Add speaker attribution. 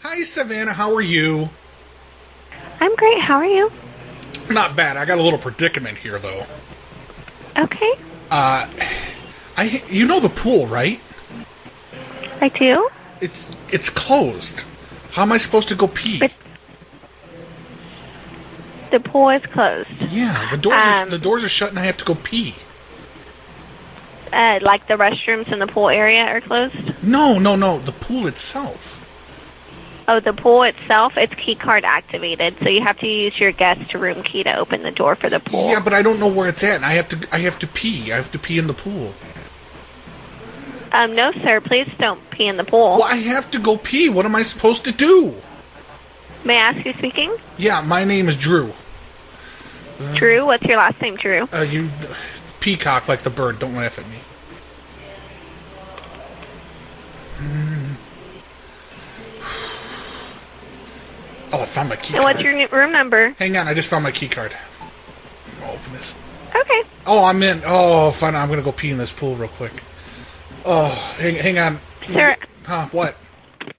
Speaker 1: Hi, Savannah. How are you?
Speaker 2: I'm great. How are you?
Speaker 1: Not bad. I got a little predicament here, though.
Speaker 2: Okay.
Speaker 1: Uh, I you know the pool, right?
Speaker 2: I do.
Speaker 1: It's it's closed. How am I supposed to go pee?
Speaker 2: But- The pool is closed,
Speaker 1: yeah, the doors are,
Speaker 2: Um,
Speaker 1: the doors are shut, and I have to go pee.
Speaker 2: uh, like the restrooms in the pool area are closed.
Speaker 1: No, no, no. The pool itself.
Speaker 2: Oh, the pool itself, it's key card activated, so you have to use your guest room key to open the door for the pool.
Speaker 1: Yeah, but I don't know where it's at. And I have to I have to pee. I have to pee in the pool.
Speaker 2: Um, no, sir, please don't pee in the pool.
Speaker 1: Well, I have to go pee. What am I supposed to do?
Speaker 2: May I ask who's speaking?
Speaker 1: Yeah, my name is Drew.
Speaker 2: Drew, what's your last name, Drew?
Speaker 1: Uh, you peacock like the bird. Don't laugh at me. Hmm. Oh, I found my key
Speaker 2: And
Speaker 1: card.
Speaker 2: what's your n- room number?
Speaker 1: Hang on, I just found my key card. I'll open this.
Speaker 2: Okay.
Speaker 1: Oh, I'm in. Oh, fine. I'm gonna go pee in this pool real quick. Oh, hang, hang on.
Speaker 2: Sir,
Speaker 1: Huh? What?